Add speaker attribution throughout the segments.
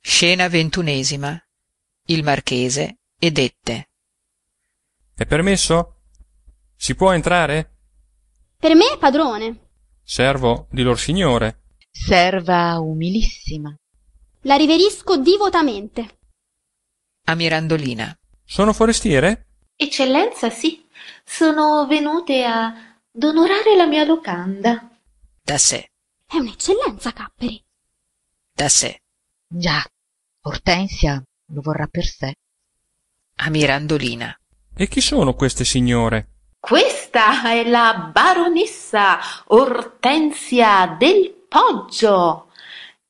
Speaker 1: scena ventunesima il marchese e dette
Speaker 2: è permesso si può entrare
Speaker 3: per me padrone
Speaker 2: servo di lor signore
Speaker 4: serva umilissima
Speaker 3: la riverisco divotamente
Speaker 1: a Mirandolina
Speaker 2: sono forestiere
Speaker 5: eccellenza sì sono venute a d'onorare la mia locanda
Speaker 1: da sé
Speaker 3: è un'eccellenza capperi
Speaker 1: da sé
Speaker 4: già ortensia lo vorrà per sé
Speaker 1: a Mirandolina
Speaker 2: e chi sono queste signore
Speaker 5: questa è la baronessa Ortensia del Poggio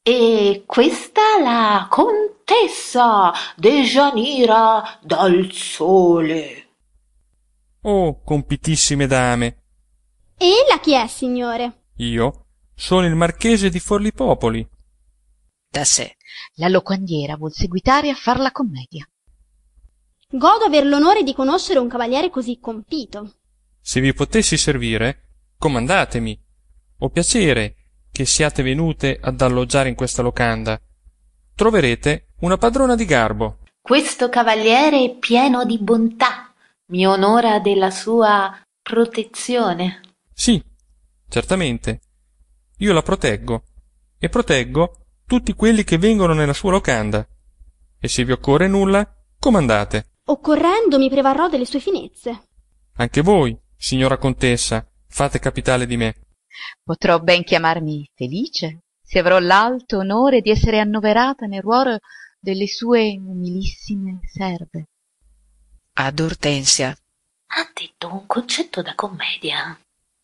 Speaker 5: e questa la contessa Dejanira dal Sole.
Speaker 2: Oh, compitissime dame,
Speaker 3: e ella chi è signore
Speaker 2: io sono il marchese di Forlipopoli.
Speaker 1: da sé
Speaker 4: la locandiera vuol seguitare a far la commedia
Speaker 3: godo aver l'onore di conoscere un cavaliere così compito
Speaker 2: Se vi potessi servire, comandatemi. Ho piacere che siate venute ad alloggiare in questa locanda. Troverete una padrona di garbo.
Speaker 5: Questo cavaliere è pieno di bontà mi onora della sua protezione.
Speaker 2: Sì, certamente. Io la proteggo e proteggo tutti quelli che vengono nella sua locanda. E se vi occorre nulla, comandate.
Speaker 3: occorrendo mi prevarrò delle sue finezze
Speaker 2: Anche voi, signora contessa, fate capitale di me.
Speaker 4: potrò ben chiamarmi felice se avrò l'alto onore di essere annoverata nel ruolo delle sue umilissime serve
Speaker 1: ad Ortensia
Speaker 5: Ha detto un concetto da commedia.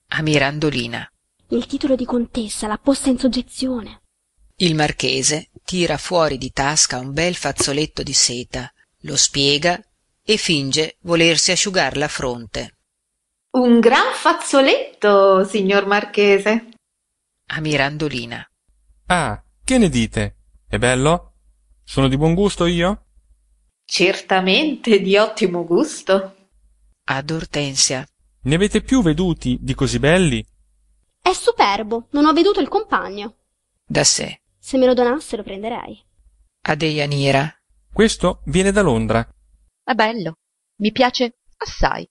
Speaker 1: a Mirandolina
Speaker 3: il titolo di contessa l'ha posta in soggezione
Speaker 1: il marchese tira fuori di tasca un bel fazzoletto di seta lo spiega e finge volersi asciugar la fronte
Speaker 5: Un gran fazzoletto, signor Marchese.
Speaker 1: a Mirandolina
Speaker 2: Ah, che ne dite? È bello? Sono di buon gusto io?
Speaker 5: Certamente di ottimo gusto.
Speaker 1: ad Ortensia
Speaker 2: Ne avete più veduti di così belli?
Speaker 3: è superbo non ho veduto il compagno
Speaker 1: da sé
Speaker 3: se me lo donasse lo prenderei
Speaker 1: a Deianira
Speaker 2: Questo viene da Londra.
Speaker 4: è bello mi piace assai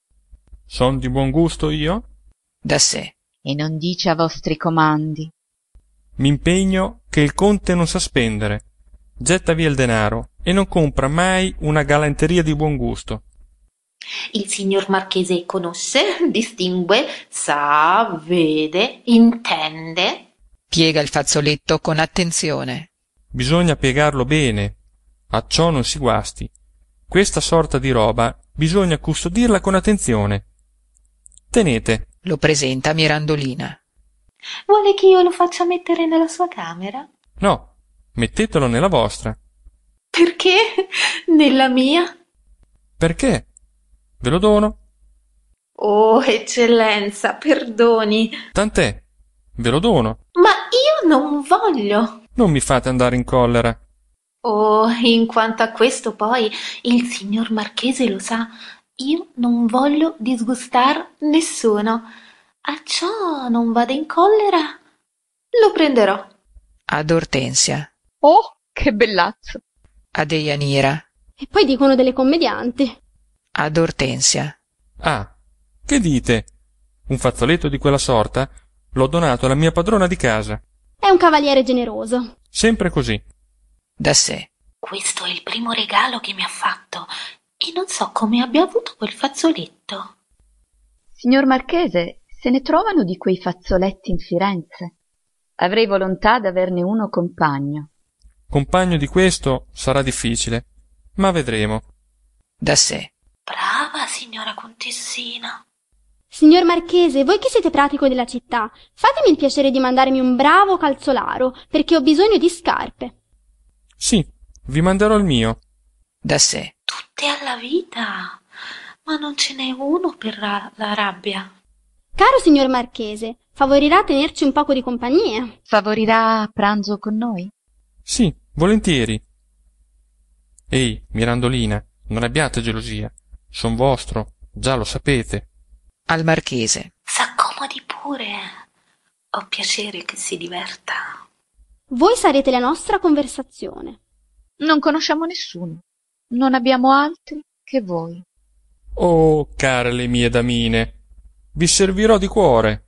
Speaker 2: Son di buon gusto io?
Speaker 1: da sé
Speaker 4: e non dice a vostri comandi
Speaker 2: Mi impegno che il conte non sa spendere. Getta via il denaro e non compra mai una galanteria di buon gusto.
Speaker 5: Il signor Marchese conosce, distingue, sa, vede, intende.
Speaker 1: piega il fazzoletto con attenzione
Speaker 2: Bisogna piegarlo bene. A ciò non si guasti. Questa sorta di roba bisogna custodirla con attenzione. Tenete.
Speaker 1: lo presenta a Mirandolina
Speaker 5: Vuole che io lo faccia mettere nella sua camera?
Speaker 2: No, mettetelo nella vostra.
Speaker 5: Perché? Nella mia?
Speaker 2: Perché? Ve lo dono.
Speaker 5: Oh, eccellenza, perdoni,
Speaker 2: Tant'è. Ve lo dono.
Speaker 5: ma io non voglio.
Speaker 2: Non mi fate andare in collera.
Speaker 5: Oh, in quanto a questo poi, il signor Marchese lo sa, io non voglio disgustar nessuno. A ciò non vada in collera. Lo prenderò.
Speaker 1: ad Ortensia
Speaker 4: oh che bellazzo
Speaker 1: a Deianira
Speaker 3: e poi dicono delle commedianti
Speaker 1: ad Ortensia
Speaker 2: Ah, che dite? Un fazzoletto di quella sorta l'ho donato alla mia padrona di casa.
Speaker 3: è un cavaliere generoso
Speaker 2: Sempre così.
Speaker 1: da sé
Speaker 5: Questo è il primo regalo che mi ha fatto e non so come abbia avuto quel fazzoletto.
Speaker 4: Signor Marchese, se ne trovano di quei fazzoletti in Firenze? Avrei volontà d'averne uno compagno.
Speaker 2: Compagno di questo sarà difficile, ma vedremo.
Speaker 1: da sé
Speaker 5: Brava signora contessina.
Speaker 3: signor marchese voi che siete pratico della città fatemi il piacere di mandarmi un bravo calzolaro perché ho bisogno di scarpe
Speaker 2: Sì, vi manderò il mio.
Speaker 1: da sé
Speaker 5: Tutte alla vita. Ma non ce n'è uno per la, la rabbia.
Speaker 3: caro signor marchese favorirà tenerci un poco di compagnia
Speaker 4: Favorirà pranzo con noi?
Speaker 2: Sì, volentieri. Ehi, Mirandolina, non abbiate gelosia. Son vostro, già lo sapete.
Speaker 1: al marchese
Speaker 5: S'accomodi pure. Ho piacere che si diverta.
Speaker 3: voi sarete la nostra conversazione
Speaker 4: Non conosciamo nessuno, non abbiamo altri che voi.
Speaker 2: Oh, care le mie damine, vi servirò di cuore.